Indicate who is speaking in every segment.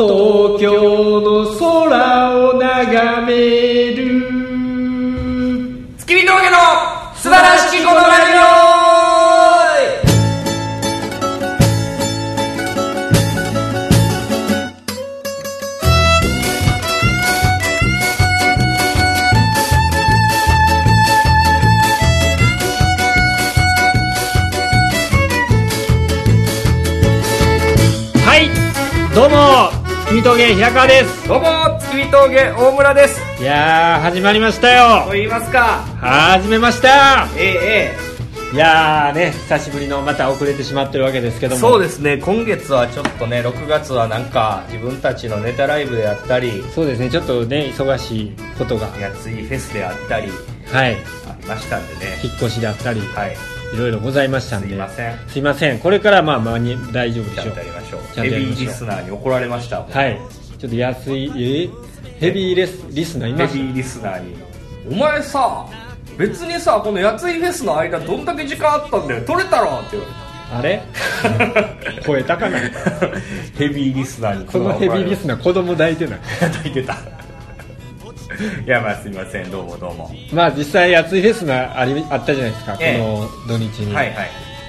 Speaker 1: 東京の空を眺める
Speaker 2: 月見峠の素晴らしきこのラジオ
Speaker 1: はいどうも君峠平川です
Speaker 2: どうも月見峠大村です
Speaker 1: いやー始まりましたよ
Speaker 2: と言いますか
Speaker 1: 始めました
Speaker 2: えええ
Speaker 1: いやーね久しぶりのまた遅れてしまってるわけですけ
Speaker 2: え
Speaker 1: ども
Speaker 2: そう
Speaker 1: う
Speaker 2: ですね今月はちょっとね6月はなんか自分たちのネタライブであったり
Speaker 1: そうですねちょっとね忙しいことが
Speaker 2: やついフェスであったり
Speaker 1: はい
Speaker 2: ありましたんでね
Speaker 1: 引っ越しだったり
Speaker 2: はい
Speaker 1: いろいろございましたんです
Speaker 2: いません
Speaker 1: すいませんこれからまあまあに大丈夫
Speaker 2: ち
Speaker 1: で
Speaker 2: ゃ
Speaker 1: し
Speaker 2: ん
Speaker 1: ょう
Speaker 2: とやりましょ
Speaker 1: ち
Speaker 2: う
Speaker 1: ゃん
Speaker 2: ヘ
Speaker 1: とやり
Speaker 2: ビ
Speaker 1: ま
Speaker 2: ー
Speaker 1: しょう
Speaker 2: リスナーに怒られましたヘ
Speaker 1: はいちょっと安いえヘビーレスリスナーい
Speaker 2: ビ
Speaker 1: ます
Speaker 2: ーリスナーに「お前さ別にさこのやついフェスの間どんだけ時間あったんだよ取れたろ」って言われた
Speaker 1: あ れ 声高ない
Speaker 2: ヘビーリスナーに
Speaker 1: このヘビーリスナー子供抱いてない
Speaker 2: ナー叩いてたいやまあすいませんどうもどうも
Speaker 1: まあ実際暑いフェスがありあったじゃないですか、
Speaker 2: ええ
Speaker 1: この土日に、
Speaker 2: はいはい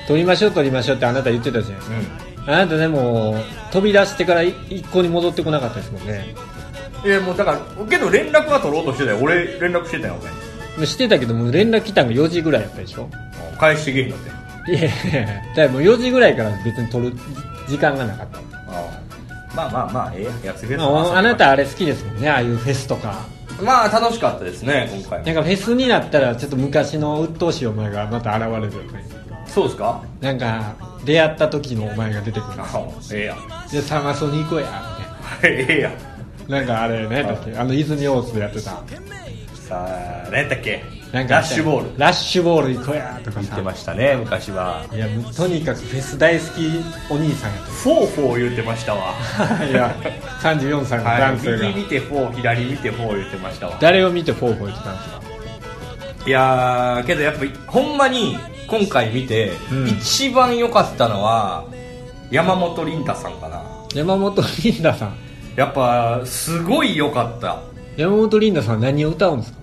Speaker 1: 撮りましょう撮りましょうってあなた言ってたじゃないです
Speaker 2: う
Speaker 1: か、
Speaker 2: ん
Speaker 1: あなたでも飛び出してからい一向に戻ってこなかったですもんね
Speaker 2: いやもうだからけど連絡は取ろうとしてたよ俺連絡してたよお前
Speaker 1: もうしてたけどもう連絡来たのが4時ぐらいやったでしょ
Speaker 2: 返してけへんのって
Speaker 1: いやいやいやだからもう4時ぐらいから別に撮る時間がなかった
Speaker 2: ああまあまあまあええやんやついフェス
Speaker 1: ま
Speaker 2: の朝
Speaker 1: あ、あなたあれ好きですもんねああいうフェスとか
Speaker 2: まあ楽しかったですね今回も
Speaker 1: なんかフェスになったらちょっと昔の鬱陶しいお前がまた現れるよね
Speaker 2: そうですか
Speaker 1: なんか出会った時のお前が出てくる
Speaker 2: あええやん
Speaker 1: で探そうに行こうやみたい
Speaker 2: ええやん
Speaker 1: ななんかあれねだっけあの泉大津でやってた
Speaker 2: さあ何やったっけ
Speaker 1: なんか
Speaker 2: ラッシュボール
Speaker 1: ラッシュボール行こうやとか
Speaker 2: 言っ
Speaker 1: さ
Speaker 2: てましたね昔はい
Speaker 1: やもうとにかくフェス大好きお兄さんやっ
Speaker 2: フォーフォー言ってましたわ
Speaker 1: た いや34歳の男性が、
Speaker 2: 右見てフォー左見てフォー言ってましたわ
Speaker 1: 誰を見てフォーフォー言ってたんですか
Speaker 2: いやーけどやっぱりほんまに今回見て、
Speaker 1: うん
Speaker 2: 一番良かったのは山本リン太さんかな
Speaker 1: 山本リンダさん
Speaker 2: やっぱすごい良かった
Speaker 1: 山本リンダさん何を歌うんですか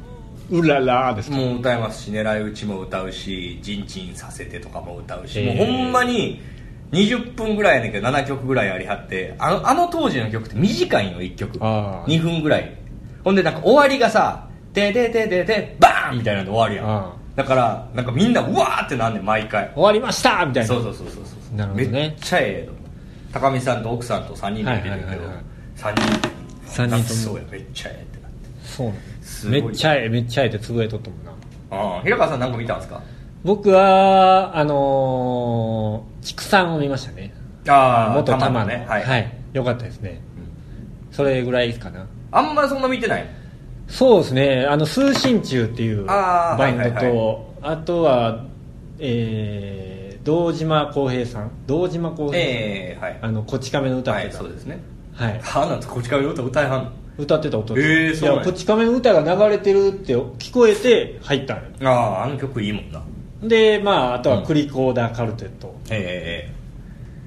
Speaker 1: うららーですか、
Speaker 2: もう歌いますし狙い撃ちも歌うし「じんちんさせて」とかも歌うし、
Speaker 1: へー
Speaker 2: もうほんまに20分ぐらいやねんけど7曲ぐらいありはってあのあの当時の曲って短いの1曲
Speaker 1: あー
Speaker 2: 2分ぐらいほんでなんか終わりがさ「てででででバーン!」みたいなので終わるやん、
Speaker 1: ああ
Speaker 2: だからなんかみんなうわーってなんねん毎回
Speaker 1: 終わりましたみたいな
Speaker 2: そうそうそうそうそう
Speaker 1: なるほどね
Speaker 2: めっちゃええの高見さんと奥さんと3人で出てる
Speaker 1: は
Speaker 2: け
Speaker 1: いは
Speaker 2: ど
Speaker 1: いはいはい
Speaker 2: 3
Speaker 1: 三
Speaker 2: 人
Speaker 1: 人とも
Speaker 2: そうやめっちゃええってなって
Speaker 1: そうなんです
Speaker 2: すご
Speaker 1: め
Speaker 2: い
Speaker 1: っちゃええめっちゃええってつぶえとったもんな
Speaker 2: ああ平川さん何か見たんですか
Speaker 1: 僕はあのー、畜産を見ましたね
Speaker 2: あ
Speaker 1: 元
Speaker 2: た
Speaker 1: 玉
Speaker 2: ま
Speaker 1: の
Speaker 2: ねはい、
Speaker 1: よかったですね、それぐらいかな
Speaker 2: あんまりそんな見てない
Speaker 1: そうですねあの通信中っていう
Speaker 2: あー
Speaker 1: バンドとあ,、
Speaker 2: はいはいは
Speaker 1: とはえー、堂島康平さん堂島康平さん、
Speaker 2: ええはい
Speaker 1: あのこち亀の歌っ
Speaker 2: は
Speaker 1: て
Speaker 2: い
Speaker 1: た、
Speaker 2: そうですね
Speaker 1: はい
Speaker 2: あなんてこっちから歌歌えはんの
Speaker 1: 歌ってた音です、
Speaker 2: えーそうなん
Speaker 1: い
Speaker 2: や
Speaker 1: やこち亀の歌が流れてるって聞こえて入ったのよ
Speaker 2: あああの曲いいもんな
Speaker 1: でまああとはクリコーダーカルテット
Speaker 2: え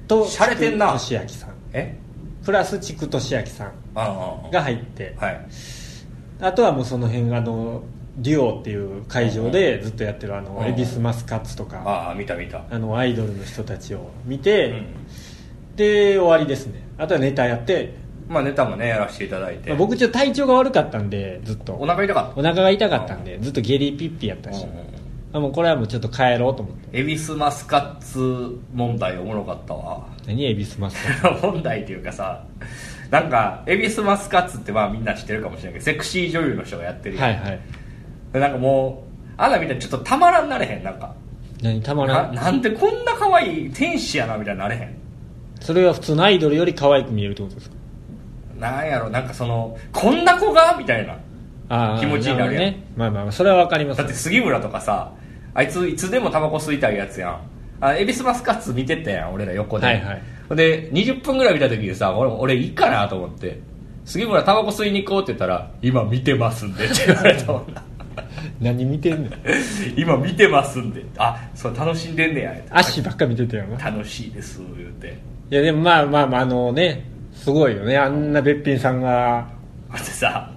Speaker 1: と
Speaker 2: 洒落てんな
Speaker 1: 菊敏明さん
Speaker 2: ええええ
Speaker 1: プラスチク敏明さん
Speaker 2: ああ
Speaker 1: が入って
Speaker 2: ああはい
Speaker 1: あとはもうその辺あのデュオっていう会場でずっとやってるあの
Speaker 2: うん
Speaker 1: 恵比寿マスカッツとか
Speaker 2: ああ見た見た
Speaker 1: あのアイドルの人たちを見
Speaker 2: う
Speaker 1: て
Speaker 2: ん
Speaker 1: で終わりですねあとはネタやって
Speaker 2: まあネタもねやらせていただいて
Speaker 1: まあ僕ちょっと体調が悪かったんでずっと
Speaker 2: お腹痛かっ
Speaker 1: お腹が痛かったんでずっと下痢ピッピやった
Speaker 2: た
Speaker 1: し
Speaker 2: うんうんうん
Speaker 1: あもうこれはもうちょっと帰ろうと思って
Speaker 2: 恵比寿マスカッツ問題おもろかったわ
Speaker 1: 何恵比寿マスカッツ
Speaker 2: 問題っていうかさ なんか恵比寿マスカッツってまあみんな知ってるかもしれないけどセクシー女優の人がやってるやん
Speaker 1: はいはい
Speaker 2: でなんかもうあんなみんなちょっとたまらんなれへんなんか
Speaker 1: 何たまら
Speaker 2: なんなんでこんな可愛い天使やなみたいになれへん
Speaker 1: それは普通のアイドルより可愛く見えるってことですか
Speaker 2: なんやろなんかそのこんな子がみたいな
Speaker 1: あー
Speaker 2: 気持ちいいなるやん
Speaker 1: るほどねまあまあまあそれはわかります
Speaker 2: だって杉村とかさあいついつでもタバコ吸いたいやつやんあ恵比寿マスカッツ見てたやん俺ら横で、
Speaker 1: はいはい
Speaker 2: ほんで20分ぐらい見た時にさ俺俺いいかなと思って杉村タバコ吸いに行こうって言ったら今見てますんでって言われたもんな
Speaker 1: 何見てんの
Speaker 2: 今見てますんであそう楽しんでんねや
Speaker 1: 足ばっか見てたよな
Speaker 2: 楽しいです言うて
Speaker 1: いやでもまあまあまああのねすごいよねあんなべっぴんさんが
Speaker 2: あとさ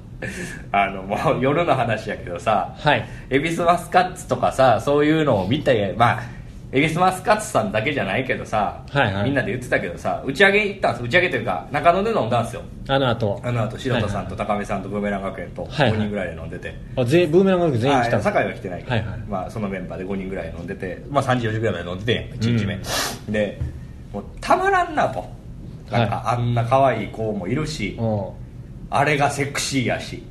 Speaker 2: あのもう夜の話やけどさ
Speaker 1: はい
Speaker 2: エビスマスカッツとかさそういうのを見てまあエビスマスカッツさんだけじゃないけどさ、
Speaker 1: はいはい
Speaker 2: みんなで言ってたけどさ打ち上げ行ったんです打ち上げというか中野で飲んだんですよ
Speaker 1: あの後
Speaker 2: あの後白田さんと高見さんとブーメラン学園と
Speaker 1: はいはい
Speaker 2: 5人ぐらいで飲んでて、
Speaker 1: あぜブーメラン学園全員来た
Speaker 2: あ酒井は来てないけど、
Speaker 1: はいはい
Speaker 2: まあ、そのメンバーで5人ぐらい飲んでて、まあ、3時4時ぐらいまで飲んでてんやん1日目、でもうたまらんなとなんか、あんな可愛い子もいるし、
Speaker 1: お
Speaker 2: あれがセクシーやし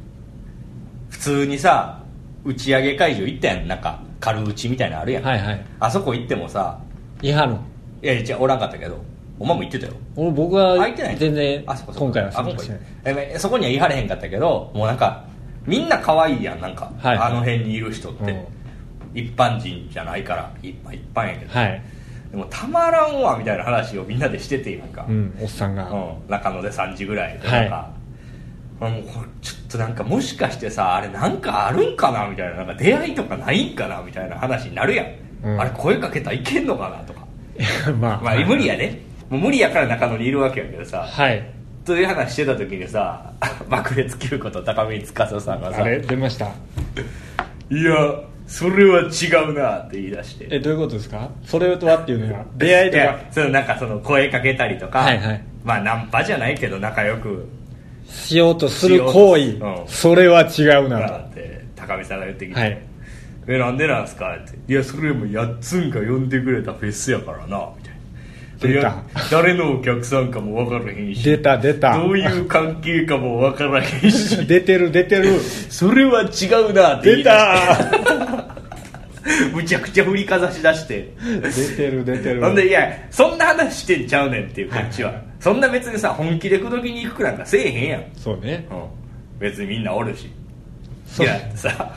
Speaker 2: 普通にさ打ち上げ会場行ったやんなんか軽打ちみたいなのあるやん、
Speaker 1: はいはい
Speaker 2: あそこ行ってもさ
Speaker 1: 言いはるん
Speaker 2: いやいやおらんかったけどお前も行ってたよ
Speaker 1: 俺僕
Speaker 2: あ
Speaker 1: は
Speaker 2: 行ってない
Speaker 1: 全然
Speaker 2: あそこそこ
Speaker 1: 今回は
Speaker 2: あ
Speaker 1: 参
Speaker 2: 今
Speaker 1: 加して
Speaker 2: 回
Speaker 1: ない
Speaker 2: えそこには言い張れへんかったけどもうなんかみんな可愛いやんなんか、
Speaker 1: はい
Speaker 2: あの辺にいる人って、
Speaker 1: うん
Speaker 2: 一般人じゃないから一般一般やけど、
Speaker 1: はい、
Speaker 2: でもたまらんわみたいな話をみんなでしててなんか、
Speaker 1: うん、おっさんが、
Speaker 2: うん中野で3時ぐらいで
Speaker 1: は
Speaker 2: ないんか、もうこれちょっとなんかもしかしてさあれなんかあるんかなみたいななんか出会いとかないんかなみたいな話になるやん、
Speaker 1: うん
Speaker 2: あれ声かけたらいけんのかなとか
Speaker 1: まあ、
Speaker 2: まあ無理やねもう無理やから中野にいるわけやけどさ
Speaker 1: はい
Speaker 2: という話してた時にさ爆裂キューこと高見司さんがさ
Speaker 1: あれ出ました
Speaker 2: いやそれは違うなって言い出して
Speaker 1: えどういうことですかそれとはっていうのは出会いと
Speaker 2: い
Speaker 1: か
Speaker 2: やそのなんかその声かけたりとか、
Speaker 1: はいはい
Speaker 2: まあナンパじゃないけど仲良く
Speaker 1: しようとする行為
Speaker 2: しようとうん
Speaker 1: それは違うな
Speaker 2: な
Speaker 1: と
Speaker 2: って高見さんが言ってきて「
Speaker 1: はい
Speaker 2: えなんでなんすか?」って「いやそれもやっつんが呼んでくれたフェスやからな」みたいな。い
Speaker 1: 出た
Speaker 2: や誰のお客さんかも分からへんし
Speaker 1: 出た出た
Speaker 2: どういう関係かも分からへん し
Speaker 1: 出てる出てる
Speaker 2: それは違うなって言
Speaker 1: 出
Speaker 2: い出して
Speaker 1: た
Speaker 2: むちゃくちゃ振りかざし出して
Speaker 1: 出てる出てる
Speaker 2: ほんでいやそんな話してんちゃうねんっていうこっちはそんな別にさ本気で口説きに行くなんかせえへんやん、
Speaker 1: そうね
Speaker 2: うん、別にみんなおるしい
Speaker 1: そう
Speaker 2: や さ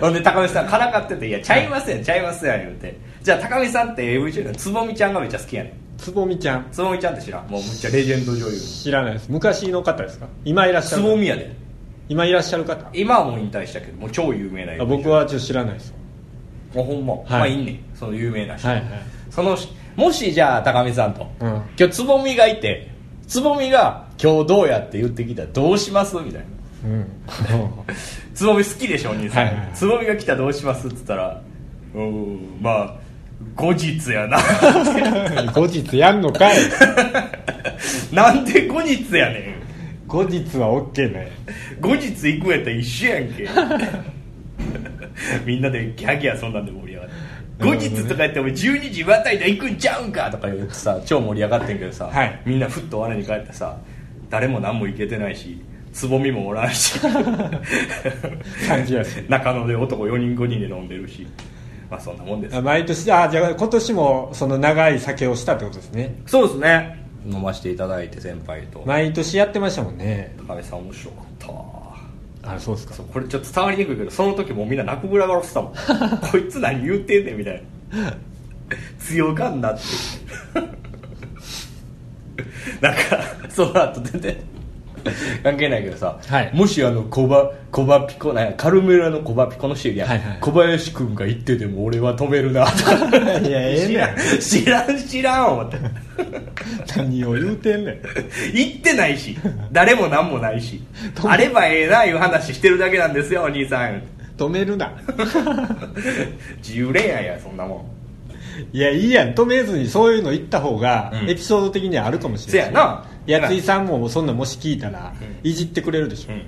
Speaker 2: ほんで高見さんからかってて「いやちゃいますやんちゃいますやん」言うてじゃあ高見さんって AV 中のつぼみちゃんがめっちゃ好きやねん
Speaker 1: つぼみちゃん
Speaker 2: つぼみちゃんって知らんもうむっちゃレジェンド女優
Speaker 1: 知らないです昔の方ですか今いらっしゃ
Speaker 2: つ
Speaker 1: る
Speaker 2: ぼみやで
Speaker 1: 今いらっしゃる方
Speaker 2: 今はもう引退したけどもう超有名な AV
Speaker 1: あ僕はちょっと知らないです
Speaker 2: もうほんま、まあいんねんその有名な人、
Speaker 1: はいはい
Speaker 2: そのしもしじゃあ高見さんと、
Speaker 1: うん
Speaker 2: 今日つぼみがいてつぼみが「今日どうや?」って言ってきたらどうしますみたいな
Speaker 1: うん
Speaker 2: つぼみ好きでしょお兄さん、
Speaker 1: はいはいはい
Speaker 2: つぼみが来たらどうしますっつったら「うーんまあ後日やな」
Speaker 1: 後日やんのかい
Speaker 2: なんで後日やねん
Speaker 1: 後日は OK ね
Speaker 2: 後日行くやったら一緒やんけみんなでギャギャそんなんで盛り上がって後日とか言っても12時またいで行くんちゃうんかとか言ってさ超盛り上がってんけどさ、
Speaker 1: はい
Speaker 2: みんなふっと我に返ってさ誰も何も行けてないしつぼみもおらんし
Speaker 1: 感じやし
Speaker 2: 中野で男4人5人で飲んでるしまあそんなもんです
Speaker 1: あ毎年あじゃあ今年もその長い酒をしたってことですね
Speaker 2: そうですね飲ませていただいて先輩と
Speaker 1: 毎年やってましたもんね
Speaker 2: 高部さん面白かったわ
Speaker 1: あそうですか
Speaker 2: そうこれちょっと伝わりにくいけどその時もうみんな泣くぐらい笑っ てたもんこいつ何言うてんねんみたいな強がんなってなんかその後全然関係ないけどさ、
Speaker 1: はい
Speaker 2: もしあのコバコバピコなんやカルメラのコバピコのシールやん、
Speaker 1: はいはい
Speaker 2: 小林君が言ってても俺は止めるな
Speaker 1: いやええ
Speaker 2: 知
Speaker 1: ね
Speaker 2: らん知らん知らん思って
Speaker 1: ん 何を言うてんねん
Speaker 2: 行ってないし誰も何もないしあればええないう話してるだけなんですよお兄さん
Speaker 1: 止めるな
Speaker 2: 自由恋愛やそんなもん
Speaker 1: いやいいやん止めずにそういうの言った方が、
Speaker 2: うん
Speaker 1: エピソード的にはあるかもしれない
Speaker 2: せやな
Speaker 1: やついさんもそんなもし聞いたら、いじってくれるでしょ、
Speaker 2: うん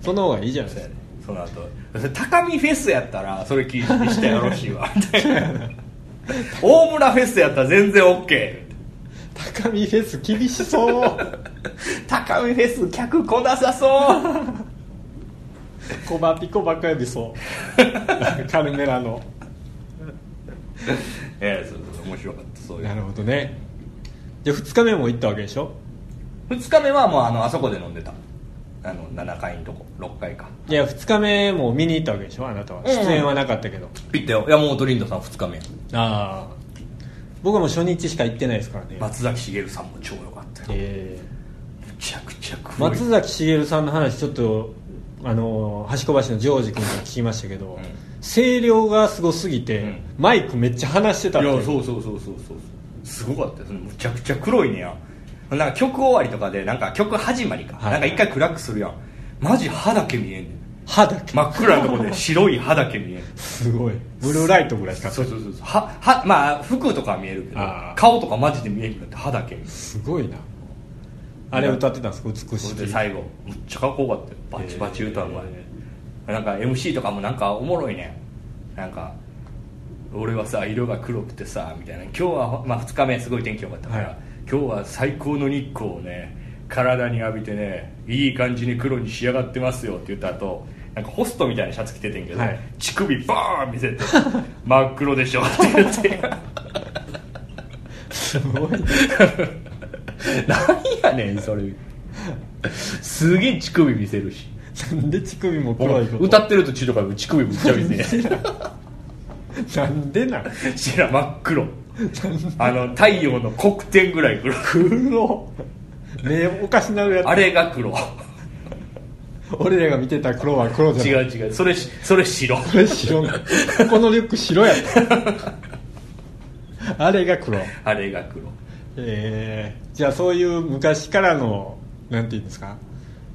Speaker 1: その方がいいじゃないですか
Speaker 2: その後それ高見フェスやったらそれ聞いてしてよろしいわみたいな 大村フェスやったら全然 OK
Speaker 1: 高見フェス厳しそう
Speaker 2: 高見フェス客来なさそう
Speaker 1: コバピコばっかりそう カルメラの
Speaker 2: ええそうそう面白かったそういう
Speaker 1: なるほどねじゃあ2日目も行ったわけでしょ
Speaker 2: 2日目はもうあのあそこで飲んでたあの7階のとこ6階か
Speaker 1: いや2日目も見に行ったわけでしょあなたは
Speaker 2: ん
Speaker 1: 出演はなかったけど、
Speaker 2: 行ったよ山本リンドさん2日目
Speaker 1: ああ僕はもう初日しか行ってないですからね、
Speaker 2: 松崎しげるさんも超良かったよ
Speaker 1: え
Speaker 2: むちゃくちゃ
Speaker 1: ー
Speaker 2: 黒い
Speaker 1: 松崎しげるさんの話ちょっとあのー橋小橋のジョージ君から聞きましたけど、
Speaker 2: ん
Speaker 1: 声量がすごすぎて、
Speaker 2: うん
Speaker 1: マイクめっちゃ話してたっ
Speaker 2: い
Speaker 1: て
Speaker 2: やそうそうそうそうそうすごかったですねむちゃくちゃ黒いねやなんか曲終わりとかでなんか曲始まりか、
Speaker 1: はい
Speaker 2: なんか一回暗くするやんマジ歯だけ見えんねん
Speaker 1: 歯だけ、
Speaker 2: 真っ暗なとこ で白い歯だけ見える
Speaker 1: すごいブルーライトぐらいしか
Speaker 2: そうそうそうそう歯歯まあ服とかは見えるけど
Speaker 1: あー
Speaker 2: 顔とかマジで見えんくなって歯だけ見える
Speaker 1: すごいなあれ歌ってたんですか美し
Speaker 2: そ
Speaker 1: い
Speaker 2: れで最後むっちゃかっこよかったよバチバチ歌う前で、なんか MC とかもなんかおもろいねなんか俺はさ色が黒くてさみたいな今日は、まあ、2日目すごい天気良かったから、
Speaker 1: はい
Speaker 2: 今日は最高の日光をね体に浴びてねいい感じに黒に仕上がってますよって言った後なんかホストみたいなシャツ着ててんけど、
Speaker 1: はい
Speaker 2: 乳首バーン見せて 真っ黒でしょって言って
Speaker 1: すごい
Speaker 2: なんやねんそれすげえ乳首見せるし
Speaker 1: なんで乳首も黒いこと
Speaker 2: 歌ってる途中とか乳首むっちゃ見 せて
Speaker 1: なんでなん
Speaker 2: 知らん真っ黒あの太陽の黒点ぐらい黒
Speaker 1: 黒目おかしなるやつ
Speaker 2: あれが黒
Speaker 1: 俺らが見てた黒は黒じ
Speaker 2: 違
Speaker 1: ゃないう
Speaker 2: 違うそれそれ白
Speaker 1: これ白なこのリュック白や ったあれが黒
Speaker 2: あれが黒
Speaker 1: えー、じゃあそういう昔からのなんていうんですか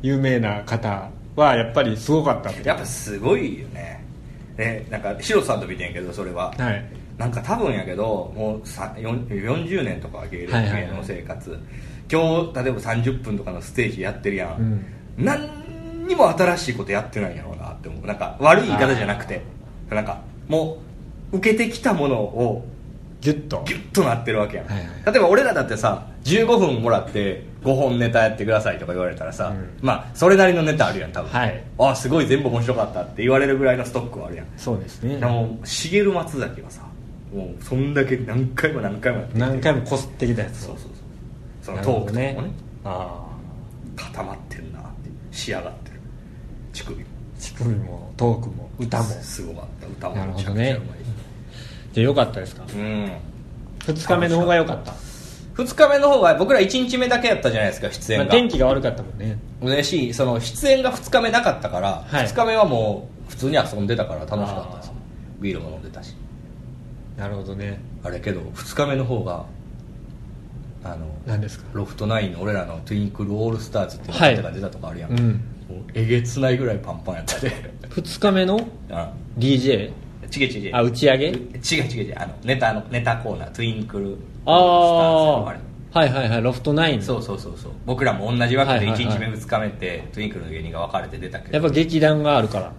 Speaker 1: 有名な方はやっぱりすごかったって
Speaker 2: やっぱすごいよねねなんかシロさんと見てんやけどそれは、
Speaker 1: はい
Speaker 2: なんか多分やけどもうさよん40年とかは芸歴
Speaker 1: はいはいはい
Speaker 2: 芸能生活、今日例えば30分とかのステージやってるやん、何にも新しいことやってないんやろうなって思うなんか悪い言い方じゃなくてなんかもう受けてきたものを
Speaker 1: ギュッと
Speaker 2: ギュッとなってるわけやん、
Speaker 1: はいはい
Speaker 2: 例えば俺らだってさ15分もらって5本ネタやってくださいとか言われたらさ、
Speaker 1: うん
Speaker 2: まあそれなりのネタあるやん多分、
Speaker 1: はい
Speaker 2: ああすごい全部面白かったって言われるぐらいのストックはあるやん
Speaker 1: そうですね
Speaker 2: でも茂松崎はさもうそんだけ何回も何回もやって
Speaker 1: 何回もこすってきたやつ
Speaker 2: そうそうそうその
Speaker 1: なる
Speaker 2: ト
Speaker 1: ほ
Speaker 2: ーク
Speaker 1: ど
Speaker 2: とかもね
Speaker 1: あ
Speaker 2: 固まってるなって仕上がってる乳首も
Speaker 1: あ乳首もトークも歌も
Speaker 2: すすごかった歌
Speaker 1: な
Speaker 2: も
Speaker 1: る
Speaker 2: め
Speaker 1: ほ
Speaker 2: ちゃ
Speaker 1: ど
Speaker 2: くちゃ
Speaker 1: ね
Speaker 2: うまい
Speaker 1: じゃあよかったですか
Speaker 2: うん
Speaker 1: 2日目の方が良かった
Speaker 2: 2日目の方が僕ら1日目だけやったじゃないですか出演
Speaker 1: ま
Speaker 2: が、
Speaker 1: あ天気が悪かったもんね
Speaker 2: 嬉しいその出演が2日目なかったから、
Speaker 1: はい
Speaker 2: 2日目はもう普通に遊んでたから楽しかったですビールも飲んでたし
Speaker 1: なるほどね
Speaker 2: あれけど2日目の方があの
Speaker 1: 何ですか
Speaker 2: ロフトナインの俺らの「トゥインクルオールスターズ」っていうネタが出たとかあるやん、
Speaker 1: うん
Speaker 2: もうえげつないぐらいパンパンやったで
Speaker 1: 2日目の
Speaker 2: あ
Speaker 1: DJ
Speaker 2: ちげちげ
Speaker 1: あ打ち上げ
Speaker 2: 違う違う違うあのネタのネタコーナー「トゥインクルオールスタ
Speaker 1: あ
Speaker 2: ーズ」のあれ
Speaker 1: あはいはいはいロフトナイン
Speaker 2: そうそうそうそう僕らも同じ枠
Speaker 1: はい
Speaker 2: で
Speaker 1: はいはい
Speaker 2: 1日目2日目ってトゥインクルの芸人が分かれて出たけど
Speaker 1: やっぱ劇団があるから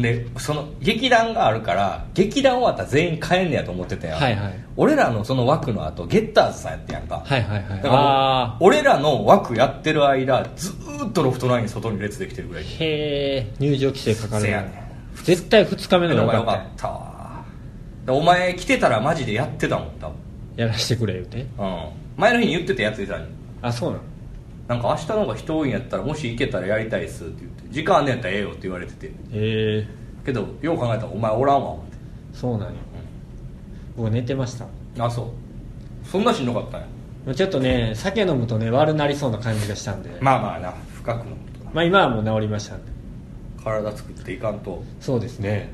Speaker 2: でその劇団があるから劇団終わったら全員帰んねやと思ってたやん、
Speaker 1: はいはい
Speaker 2: 俺らのその枠の後ゲッターズさんやってやんか、
Speaker 1: はいはいはい
Speaker 2: だからもう
Speaker 1: ああ
Speaker 2: 俺らの枠やってる間ずーっとロフトナイン外に列できてるぐらい
Speaker 1: へえ入場規制かかる
Speaker 2: せ
Speaker 1: ね
Speaker 2: やね
Speaker 1: 絶対2日目の
Speaker 2: の
Speaker 1: 方
Speaker 2: が
Speaker 1: が
Speaker 2: よ
Speaker 1: 良か
Speaker 2: か
Speaker 1: っ
Speaker 2: ったわでお前来てたらマジでやってたもん多分
Speaker 1: たやらしてくれ言うて
Speaker 2: うん前の日に言ってたやついたに
Speaker 1: あそうなの
Speaker 2: なんか明日の方が人多いんやったらもし行けたらやりたいっすって言って時間あんねやったらええよって言われてて
Speaker 1: へえ
Speaker 2: けどよう考えたらお前おらんわ思って
Speaker 1: そうなんよ僕寝てました
Speaker 2: あそうそんなしんどかったんや
Speaker 1: ちょっとね酒飲むとね悪なりそうな感じがしたんでま
Speaker 2: まあまあな深くのことな
Speaker 1: あ今はもう治りましたんで
Speaker 2: 体作っていかんと
Speaker 1: そうですね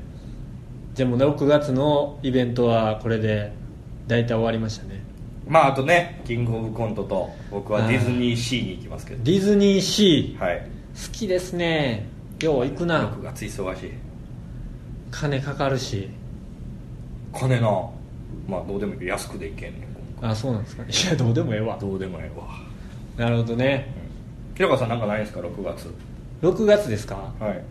Speaker 1: じゃあもう6月のイベントはこれで大体終わりましたね
Speaker 2: まああとねキングオブコントと僕はディズニーシーに行きますけど
Speaker 1: ディズニーシ
Speaker 2: はい
Speaker 1: ー好きですねよう行くな
Speaker 2: 6月忙しい
Speaker 1: 金かかるし
Speaker 2: 金なまあどうでもいいけど安くでいけんねん今
Speaker 1: あそうなんですかねいやどうでもええわ
Speaker 2: 回どうでもええわ
Speaker 1: なるほどね
Speaker 2: 平川さんなんかないですか6月
Speaker 1: 6月ですか
Speaker 2: はい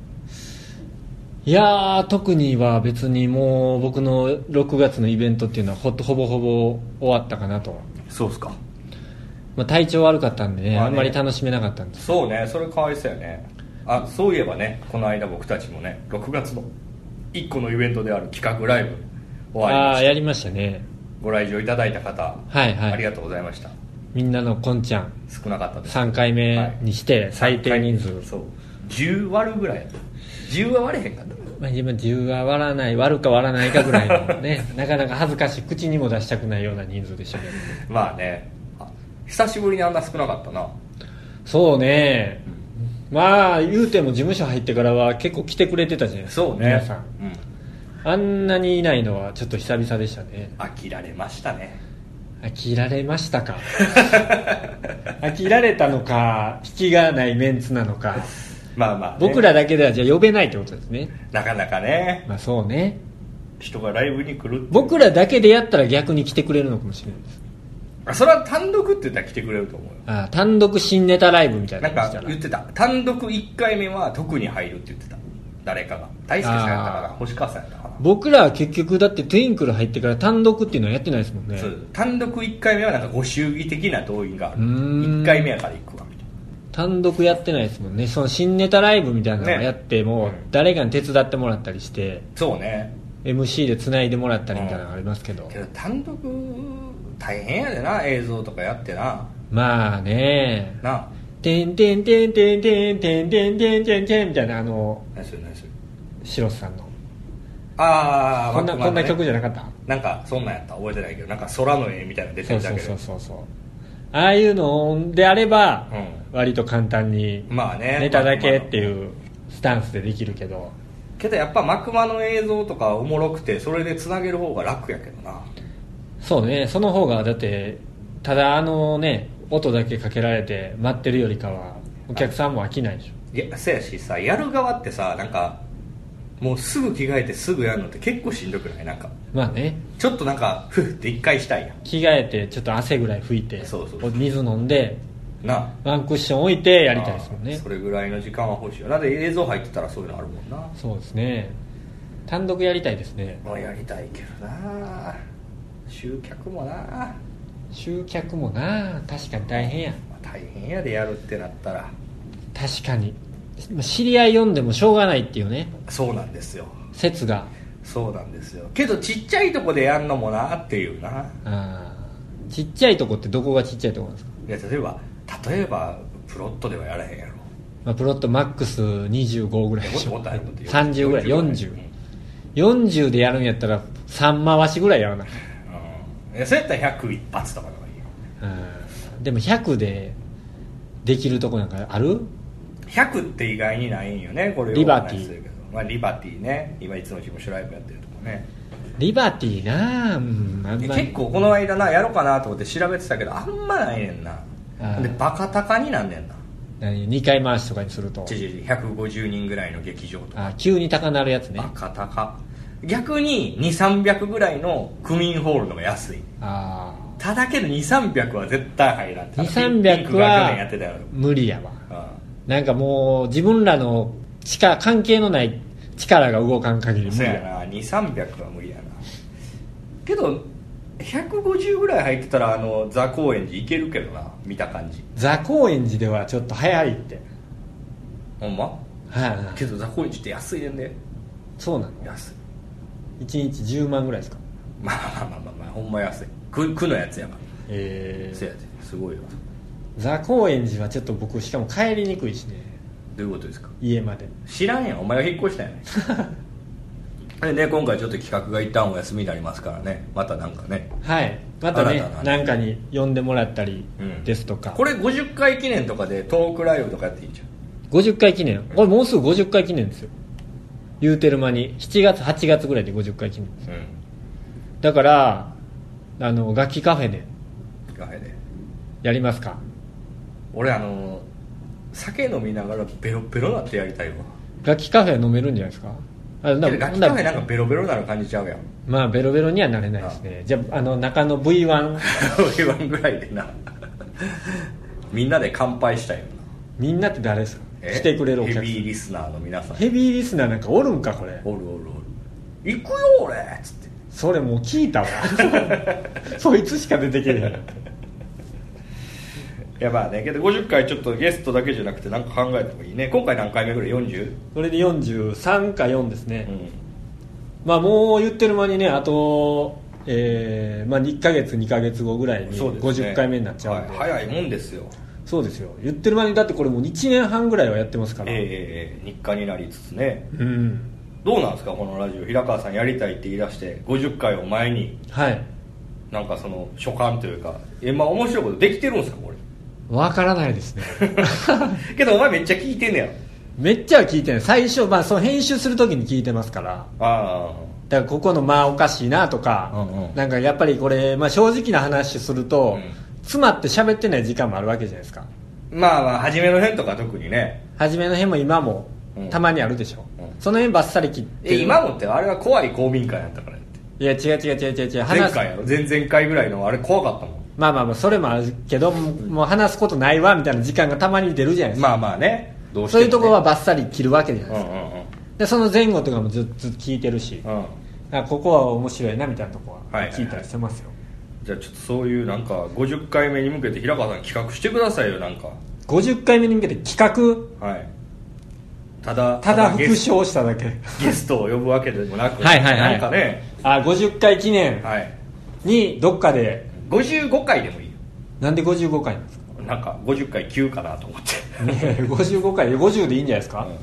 Speaker 1: いやー特には別にもう僕の6月のイベントっていうのはほほぼほぼ終わったかなと、
Speaker 2: そうっすか
Speaker 1: まあ、体調悪かったんでね
Speaker 2: まあ
Speaker 1: あ
Speaker 2: ね
Speaker 1: んまり楽しめなかったんです
Speaker 2: そうねそれかわいそうやねあそういえばねこの間僕たちもね6月の1個のイベントである企画ライブ終わり
Speaker 1: あ
Speaker 2: ま
Speaker 1: あー
Speaker 2: し
Speaker 1: や
Speaker 2: た
Speaker 1: りましたね
Speaker 2: ご来場いただいた方、
Speaker 1: はいはい
Speaker 2: ありがとうございました
Speaker 1: みんなのこんちゃん
Speaker 2: 少なかったです
Speaker 1: 3回目にして最低人数、
Speaker 2: そう10割るぐらいやった10は割れへんかった
Speaker 1: まあ、自分10は割らない割るか割らないかぐらいのね なかなか恥ずかしい口にも出したくないような人数でしたけど
Speaker 2: まあねあ久しぶりにあんな少なかったな
Speaker 1: そうねまあ言うても事務所入ってからは結構来てくれてたじゃないですか皆さん
Speaker 2: うん
Speaker 1: あんなにいないのはちょっと久々でしたね
Speaker 2: 飽きられましたね
Speaker 1: 飽きられました か飽きられたのか引きがないメンツなのか
Speaker 2: まあまあ、ね、
Speaker 1: 僕らだけではじゃあ呼べないってことですね
Speaker 2: なかなかね
Speaker 1: まあそうね
Speaker 2: 人がライブに来るって
Speaker 1: 僕らだけでやったら逆に来てくれるのかもしれないです
Speaker 2: あそれは単独って言ったら来てくれると思うよ
Speaker 1: ああ単独新ネタライブみたい
Speaker 2: な
Speaker 1: なんのし
Speaker 2: か
Speaker 1: たら
Speaker 2: 言ってた単独1回目は特に入るって言ってた誰かが大輔さんやったかな
Speaker 1: あー
Speaker 2: 星川さんやったかな
Speaker 1: 僕らは結局だってトゥインクル入ってから単独っていうのはやってないですもんね
Speaker 2: そう単独1回目はなんかご祝儀的な動員がある
Speaker 1: うーん
Speaker 2: 1回目やから行くわみたい
Speaker 1: 単独やってないですもんねその新ネタライブみたいなのを
Speaker 2: ね
Speaker 1: やっても、
Speaker 2: うん
Speaker 1: 誰かに手伝ってもらったりして
Speaker 2: なそうね
Speaker 1: MC でつないでもらったりみたいなのがありますけど、
Speaker 2: けど単独大変やでな映像とかやってな
Speaker 1: まあね
Speaker 2: なあ
Speaker 1: てんてんてんてんてんてんてんてんてんてんみたいなあの
Speaker 2: 何する何する
Speaker 1: シロスさんの
Speaker 2: ああ
Speaker 1: こんなこんな曲じゃなかった
Speaker 2: なんかそんなんやった覚えてないけどなんか空の絵みたいなの出て
Speaker 1: そう
Speaker 2: るだ
Speaker 1: そ
Speaker 2: け
Speaker 1: う
Speaker 2: で
Speaker 1: そうそうそうああいうのであれば、
Speaker 2: う
Speaker 1: 割と簡単に
Speaker 2: まあね
Speaker 1: ネタだけっていうスタンスでできるけど
Speaker 2: けどやっぱ幕間の映像とかおもろくてそれでつなげる方が楽やけどな
Speaker 1: そうねその方がだってただあのね音だけかけられて待ってるよりかはお客さんも飽きないでしょ
Speaker 2: いやせやしさやる側ってさなんかもうすぐ着替えてすぐやるのって結構しんどくないなんか
Speaker 1: まあね
Speaker 2: ちょっとなんかふっって一回したいや
Speaker 1: 着替えてちょっと汗ぐらい拭いて
Speaker 2: そうそうそう
Speaker 1: 水飲んで
Speaker 2: んなあ
Speaker 1: ワンクッション置いてやりたいですもん
Speaker 2: あ
Speaker 1: ね
Speaker 2: ーそれぐらいの時間は欲しいよだって映像入ってたらそういうのあるもんな
Speaker 1: そうですね単独やりたいですね
Speaker 2: もうやりたいけどな集客もな、ま
Speaker 1: 集客もな確かに大変や
Speaker 2: あ、大変やでやるってなったら
Speaker 1: 確かに知り合い読んでもしょうがないっていうね
Speaker 2: そうなんですよ
Speaker 1: 説が
Speaker 2: そうなんですよけどちっちゃいとこでやんのもなっていうな
Speaker 1: あーちっちゃいとこってどこがちっちゃいとこなんですか、
Speaker 2: いや例えば例えばプロットではやらへんやろ
Speaker 1: まあ、プロットマックス25ぐらい
Speaker 2: え
Speaker 1: で
Speaker 2: もっ
Speaker 1: し
Speaker 2: と
Speaker 1: ょ
Speaker 2: もっとあるもっと
Speaker 1: 30ぐらい4040
Speaker 2: うん
Speaker 1: でやるんやったら3回しぐらいやらな
Speaker 2: うんいやそうやったら100一発とかの方がいいよ
Speaker 1: うんでも100でできるとこなんかある
Speaker 2: 100って意外にないんよねこれ
Speaker 1: リバティ
Speaker 2: お話しするけど、まあ、リバティね今いつの事務所ライブやってるとこね
Speaker 1: リバティなあうんあん
Speaker 2: で
Speaker 1: ま
Speaker 2: 結
Speaker 1: り
Speaker 2: 構この間なやろうかなと思って調べてたけどあんまないねんな
Speaker 1: あー
Speaker 2: でバカ高になんねんな
Speaker 1: 何2回回しとかにすると
Speaker 2: ちょちょちょ150人ぐらいの劇場とか
Speaker 1: あ急に高なるやつね
Speaker 2: バカ高逆に2300ぐらいの区民ホールの方が安い
Speaker 1: あ
Speaker 2: ただけど2300は絶対入らん
Speaker 1: あ
Speaker 2: ピン
Speaker 1: 2300
Speaker 2: クが去年やってたよ
Speaker 1: は無理やわ
Speaker 2: う
Speaker 1: なんかもう自分らの力関係のない力が動かん限り無
Speaker 2: ん
Speaker 1: 理
Speaker 2: そう
Speaker 1: や
Speaker 2: やな2300は無理やなけど150ぐらい入ってたらあの座高円寺行けるけどな見た感じ
Speaker 1: 座高円寺ではちょっと早いって
Speaker 2: ほんま
Speaker 1: はい、
Speaker 2: けど座高円寺って安いねんね
Speaker 1: そうなの
Speaker 2: 安い
Speaker 1: 1日10万ぐらいですか
Speaker 2: まあまあまあまあほんま安い区区のやつやから
Speaker 1: え
Speaker 2: せ
Speaker 1: ー
Speaker 2: やで、すごいよ
Speaker 1: 座高円寺はちょっと僕しかも帰りにくいしね
Speaker 2: どういうことですか
Speaker 1: 家まで
Speaker 2: 知らんやんお前が引っ越したや ねでね今回ちょっと企画が一旦お休みになりますからねまたなんかね
Speaker 1: はいまたね
Speaker 2: 新たな
Speaker 1: なんかに呼んでもらったり
Speaker 2: うん
Speaker 1: ですとか、
Speaker 2: これ50回記念とかでトークライブとかやっていいんじゃん
Speaker 1: 50回記念これもうすぐ50回記念ですよ言うてる間に7月8月ぐらいで50回記念
Speaker 2: うん
Speaker 1: だからあの楽器カフェで
Speaker 2: カフェで
Speaker 1: やりますか
Speaker 2: 俺あの酒飲みながらベロベロなってやりたいわ
Speaker 1: 楽器カフェは飲めるんじゃないですかあ
Speaker 2: け
Speaker 1: な
Speaker 2: どガキカフェなんかベロベロなる感じちゃうや ん
Speaker 1: まあベロベロにはなれないですねじゃああの中野 V1
Speaker 2: 俺ワンぐらいでなみんなで乾杯したいよな
Speaker 1: みんなって誰ですか
Speaker 2: え
Speaker 1: 来てくれるお客さん
Speaker 2: ヘビーリスナーの皆さん
Speaker 1: ヘビーリスナーなんかおるんかこれ
Speaker 2: おるおるおる行くよ俺っつって
Speaker 1: それもう聞い たわそいつしか出てけへん
Speaker 2: いやまあねけど50回ちょっとゲストだけじゃなくてなんか考えた方がいいね今回何回目ぐらい 40?
Speaker 1: これで43か4ですね、
Speaker 2: うん
Speaker 1: まあもう言ってる間にねあと、えーまあ、1か月2か月後ぐらいに
Speaker 2: そうですね
Speaker 1: 50回目になっちゃうんで
Speaker 2: はい早いもんですよ
Speaker 1: そうですよ言ってる間にだってこれもう1年半ぐらいはやってますから、
Speaker 2: ええええ日課になりつつね
Speaker 1: うん
Speaker 2: どうなんですかこのラジオ平川さんやりたいって言い出して50回を前に
Speaker 1: はい
Speaker 2: なんかその所感というかえまあ面白いことできてるんですかこれ
Speaker 1: わからないですね
Speaker 2: けどお前めっちゃ聞いてんねや
Speaker 1: めっちゃは聞いてない最初、まあ、その編集するときに聞いてますから
Speaker 2: ああ
Speaker 1: だからここのまあおかしいなとか、
Speaker 2: うんうん
Speaker 1: なんかやっぱりこれ、まあ、正直な話すると、
Speaker 2: うん
Speaker 1: 妻って喋ってない時間もあるわけじゃないですか
Speaker 2: まあまあ初めの辺とか特にね
Speaker 1: 初めの辺も今も
Speaker 2: うん
Speaker 1: たまにあるでしょ、
Speaker 2: うん
Speaker 1: その辺ばっさり切って
Speaker 2: え
Speaker 1: る
Speaker 2: 今もってあれは怖い公民館やったからやって
Speaker 1: いや違う違う違う違う違う
Speaker 2: 前
Speaker 1: 話す
Speaker 2: 回やろ前々回ぐらいのあれ怖かったもん
Speaker 1: まあまあまあそれもあるけど、もう話すことないわみたいな時間がたまに出るじゃないですか、
Speaker 2: まあまあねどうして
Speaker 1: そう
Speaker 2: もね
Speaker 1: いうところはバッサリ切るわけじゃないうです
Speaker 2: んう
Speaker 1: か、
Speaker 2: ん
Speaker 1: でその前後とかもずっと聞いてるし、
Speaker 2: うんうん
Speaker 1: あここは面白いなみたいなとこは
Speaker 2: はいはいはい
Speaker 1: 聞いたりしてますよ、
Speaker 2: じゃあちょっとそういうなんか50回目に向けて平川さん企画してくださいよなんか
Speaker 1: 50回目に向けて企
Speaker 2: はいただ
Speaker 1: 画ただ
Speaker 2: ゲ
Speaker 1: 復
Speaker 2: ス
Speaker 1: 唱しただけ
Speaker 2: ゲストを呼ぶわけでもなく
Speaker 1: はいはいはい
Speaker 2: なんかね
Speaker 1: あ50回記念
Speaker 2: はい
Speaker 1: にどっかで
Speaker 2: 55回でもいいよ
Speaker 1: なんで55回なんですか
Speaker 2: なんか50回急かな と思って
Speaker 1: ねえ55回50でいいんじゃないですか、
Speaker 2: うん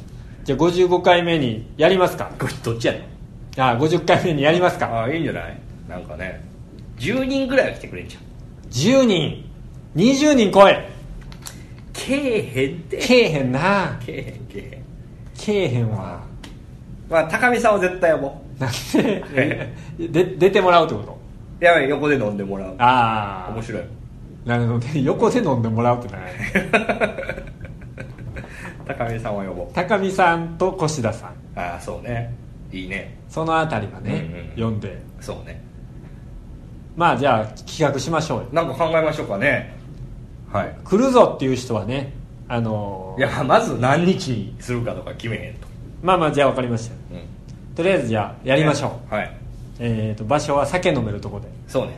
Speaker 1: じゃあ55回目にやりますか
Speaker 2: これどっちやねん
Speaker 1: あ50回目にやりますか
Speaker 2: ああいいんじゃないなんかね10人ぐらいは来てくれんじゃん
Speaker 1: 10人20人超え
Speaker 2: けえへんて
Speaker 1: けえへんな
Speaker 2: けえへんけえへん
Speaker 1: けえへんわ
Speaker 2: まあ高見さんは絶対呼ぼ
Speaker 1: なんでえで出てもらうってこと
Speaker 2: うやばい横で飲んでもらう
Speaker 1: あ
Speaker 2: 面白い
Speaker 1: あなるほどね横で飲んでもらうってない
Speaker 2: 高見さんは呼ぼ
Speaker 1: 高見さんと越田さん
Speaker 2: うああそうねいいね
Speaker 1: そのあたりはね、
Speaker 2: うんうん
Speaker 1: 読んで
Speaker 2: そうね
Speaker 1: まあじゃあ企画しましょうよ
Speaker 2: なんか考えましょうかねはい
Speaker 1: 来るぞっていう人はねあのー
Speaker 2: いやまず何日にするかとか決めへんと、
Speaker 1: まあまあじゃあ分かりましたよ
Speaker 2: うん、
Speaker 1: とりあえずじゃあやりましょ
Speaker 2: うはい
Speaker 1: う、えー、と場所は酒飲めるとこで
Speaker 2: そうね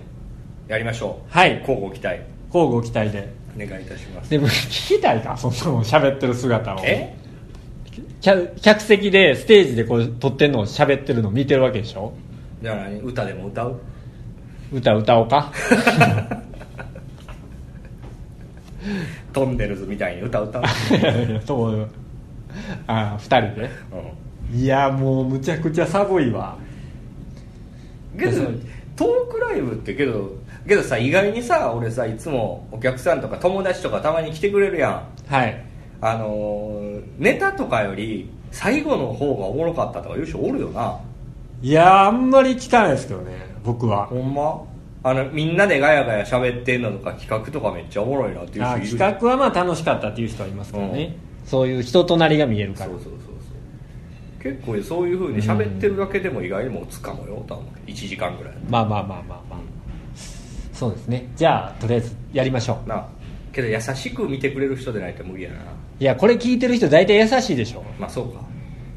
Speaker 2: やりましょう
Speaker 1: はい
Speaker 2: 交互期待
Speaker 1: 交互期待で
Speaker 2: お願いいたします
Speaker 1: でも聞きたいかそんなもん喋ってる姿を
Speaker 2: え
Speaker 1: 客客席でステージでこう撮ってんのを喋ってるのを見てるわけでしょ
Speaker 2: じゃあ何歌でも歌う
Speaker 1: 歌歌おうか
Speaker 2: トンネルズみたいに歌 歌う、
Speaker 1: いやいやどう ああ2人で
Speaker 2: う
Speaker 1: いやもうむちゃくちゃ寒いわ
Speaker 2: ん、けどトークライブってけどけどさ意外にさ俺さいつもお客さんとか友達とかたまに来てくれるやん
Speaker 1: はい
Speaker 2: あのーネタとかより最後の方がおもろかったとかいう人おるよない
Speaker 1: やあんまり聞かないですけどね僕は
Speaker 2: ほんまあのみんなでガヤガヤ喋ってんのとか企画とかめっちゃおもろいなっていう
Speaker 1: あ
Speaker 2: 人いる
Speaker 1: 企画はまあ楽しかったっていう人はいますけどね、そういう人となりが見えるか
Speaker 2: そう
Speaker 1: ら
Speaker 2: そうそうそう結構そういうふうに喋ってるだけでも意外にもつかもよとは思う1時間ぐらい
Speaker 1: まあまあまあまあまあそうですねじゃあとりあえずやりましょう
Speaker 2: なあけど優しく見てくれる人でないと無理やない
Speaker 1: やこれ聞いてる人大体優しいでしょ、
Speaker 2: まあそうか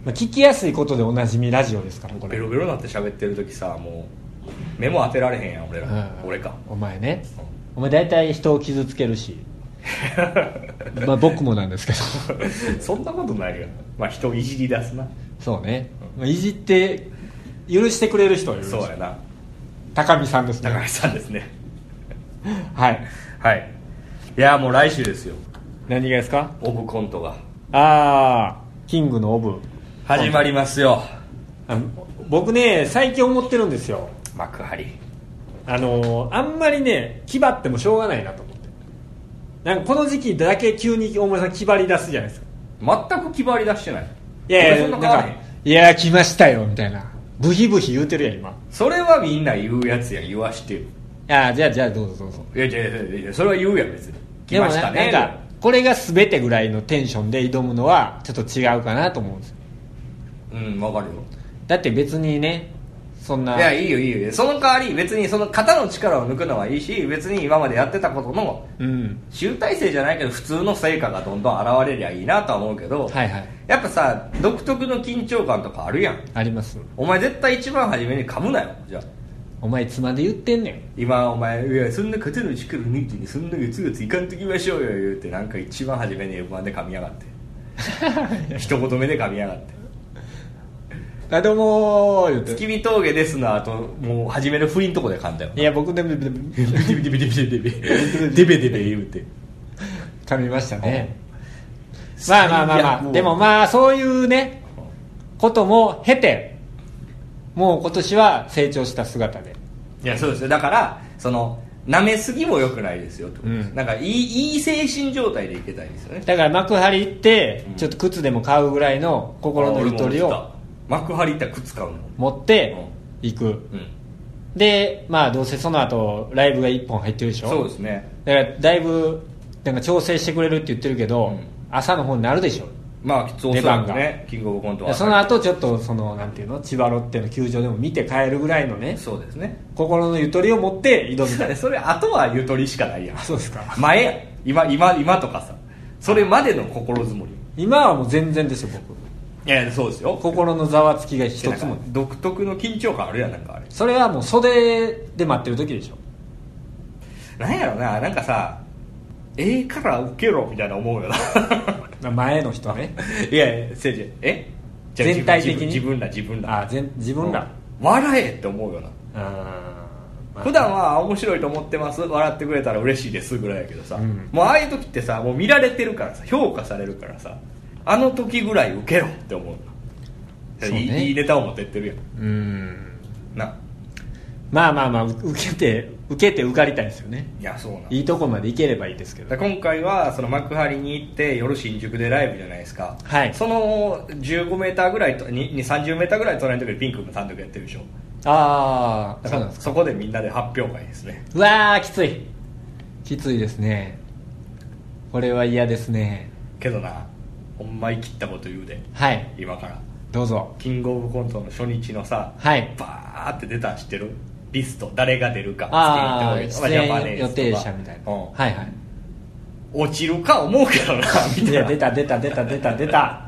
Speaker 1: まあ、聞きやすいことでおなじみラジオですからこ
Speaker 2: ベ
Speaker 1: れ、
Speaker 2: ロベロになって喋ってる時さもう目も当てられへんやん俺ら、
Speaker 1: うん
Speaker 2: 俺か
Speaker 1: お前ねお前大体人を傷つけるしまあ僕もなんですけど
Speaker 2: そんなことないよまあ人をいじり出すな
Speaker 1: そうね、まあ、いじって許してくれる人は許して
Speaker 2: そうやな
Speaker 1: 高見さんですね
Speaker 2: 高橋さんですね
Speaker 1: はい
Speaker 2: はいいやもう来週ですよ
Speaker 1: 何がですか
Speaker 2: オブコントが
Speaker 1: ああキングのオブ
Speaker 2: 始まりますよ
Speaker 1: あ僕ね最近思ってるんですよ
Speaker 2: 幕張
Speaker 1: あのーあんまりね気張ってもしょうがないなと思ってなんかこの時期だけ急に大森さん気張り出すじゃないですか
Speaker 2: 全く気張り出してない
Speaker 1: いやい
Speaker 2: 俺
Speaker 1: や
Speaker 2: そ
Speaker 1: なんん
Speaker 2: な変わ
Speaker 1: から
Speaker 2: へん
Speaker 1: いや来ましたよみたいなブヒブヒ言うてるやん今
Speaker 2: それはみんな言うやつや言わしてよ
Speaker 1: ああじゃあじゃあどうぞどうぞ
Speaker 2: いやいやいやいやいやそれは言うやん別に来
Speaker 1: でも
Speaker 2: ま
Speaker 1: な
Speaker 2: したね
Speaker 1: なんかこれが全てぐらいのテンションで挑むのはちょっと違うかなと思うんですよ
Speaker 2: うんわかるよ
Speaker 1: だって別にねそんない
Speaker 2: やいいよいいよその代わり別にその肩の力を抜くのはいいし別に今までやってたことの
Speaker 1: うん
Speaker 2: 集大成じゃないけど普通の成果がどんどん現れりゃいいなとは思うけど、
Speaker 1: はいはい
Speaker 2: やっぱさ独特の緊張感とかあるやん
Speaker 1: あります
Speaker 2: お前絶対一番初めに噛むなよじゃあ
Speaker 1: お前つまで言ってんねん
Speaker 2: 今お前いやそんな肩の力抜いてにそんなグツグツいかんときましょうよ言うてなんか一番初めに M−1 で噛みやがって一言目で噛みやがって
Speaker 1: あどうもー言って
Speaker 2: 月見峠ですの後もう初めの不意んとこで噛んだ よ
Speaker 1: いや僕でも
Speaker 2: ビビビビビ ビビビビデベデベ言うて
Speaker 1: 噛みましたねまあまあまあ
Speaker 2: いや
Speaker 1: ま
Speaker 2: も
Speaker 1: あ
Speaker 2: う
Speaker 1: でもまあそういうねことも経てもう今年は成長した姿で
Speaker 2: いやそうですよだからその舐めすぎも良くないですよってことです、
Speaker 1: うん
Speaker 2: なんかいいいい精神状態でいけたいですよね
Speaker 1: だから幕張行って
Speaker 2: うん
Speaker 1: ちょっと靴でも買うぐらいの心のゆとり
Speaker 2: あ
Speaker 1: を
Speaker 2: 俺も落ちた幕張行ったら靴買うの
Speaker 1: 持って
Speaker 2: う
Speaker 1: 行く
Speaker 2: うん
Speaker 1: でまあどうせその後ライブが1本入ってるでしょ
Speaker 2: そうですね
Speaker 1: だからだいぶなんか調整してくれるって言ってるけど、
Speaker 2: うん
Speaker 1: 朝の方になるでしょ
Speaker 2: まあきつおそ
Speaker 1: 出
Speaker 2: ら
Speaker 1: 番
Speaker 2: く
Speaker 1: が
Speaker 2: ねキングオブコント
Speaker 1: で
Speaker 2: は
Speaker 1: その後ちょっとそのなんていうの千葉ロッテの球場でも見て帰るぐらいのね
Speaker 2: そうですね
Speaker 1: 心のゆとりを持って挑みたい
Speaker 2: それあとはゆとりしかないやん
Speaker 1: あそうですか
Speaker 2: 前や今今今とかさそれまでの心づもり
Speaker 1: 今はもう全然ですよ
Speaker 2: いやいやそうですよ
Speaker 1: 僕心のざわつきが一
Speaker 2: 一
Speaker 1: つ
Speaker 2: つ
Speaker 1: も
Speaker 2: も独特の緊張感あるやんなんかあれ
Speaker 1: それはもう袖で待ってる時でしょ
Speaker 2: なんやろななんかさええから受けろみたいな思うよな
Speaker 1: まあ前の人ね
Speaker 2: いやいやせいじえじゃあ
Speaker 1: 全体的に
Speaker 2: 自分自分ら自分ら
Speaker 1: あ全自分ら
Speaker 2: うん笑えって思うよ
Speaker 1: う
Speaker 2: な
Speaker 1: んまあ
Speaker 2: 普段は面白いと思ってます笑ってくれたら嬉しいですぐらいやけどさ、
Speaker 1: うん
Speaker 2: もうああいう時ってさもう見られてるからさ評価されるからさあの時ぐらい受けろって思うな
Speaker 1: そうね
Speaker 2: いいいいネタを持ってってるや
Speaker 1: うん
Speaker 2: んな
Speaker 1: まあまあまあう受けて受けて受かりたいですよね
Speaker 2: いやそうなん
Speaker 1: いいとこまで行ければいいですけど
Speaker 2: だから今回はその幕張に行って夜新宿でライブじゃないですか、
Speaker 1: はい
Speaker 2: その 15m ぐらいとにに 30m ぐらい隣の時にピンクも単独やってるでしょ
Speaker 1: ああ
Speaker 2: だ
Speaker 1: そ
Speaker 2: か
Speaker 1: うなん
Speaker 2: ら
Speaker 1: ですか
Speaker 2: そこでみんなで発表会ですね
Speaker 1: うわーきついきついですねこれは嫌ですね
Speaker 2: けどなほんまい切ったこと言うで
Speaker 1: はい
Speaker 2: 今から
Speaker 1: どうぞ
Speaker 2: キングオブコントの初日のさ
Speaker 1: はい
Speaker 2: バーって出たん知ってるリスト誰が出るか
Speaker 1: あ
Speaker 2: つけて
Speaker 1: あ出
Speaker 2: おいてまあジャパネー
Speaker 1: 演予
Speaker 2: ズとか
Speaker 1: 定者みたいな、
Speaker 2: うん
Speaker 1: はいはい
Speaker 2: 落ちるか思うけど なみ
Speaker 1: い
Speaker 2: た
Speaker 1: や
Speaker 2: いな
Speaker 1: 出た出た出た出た出た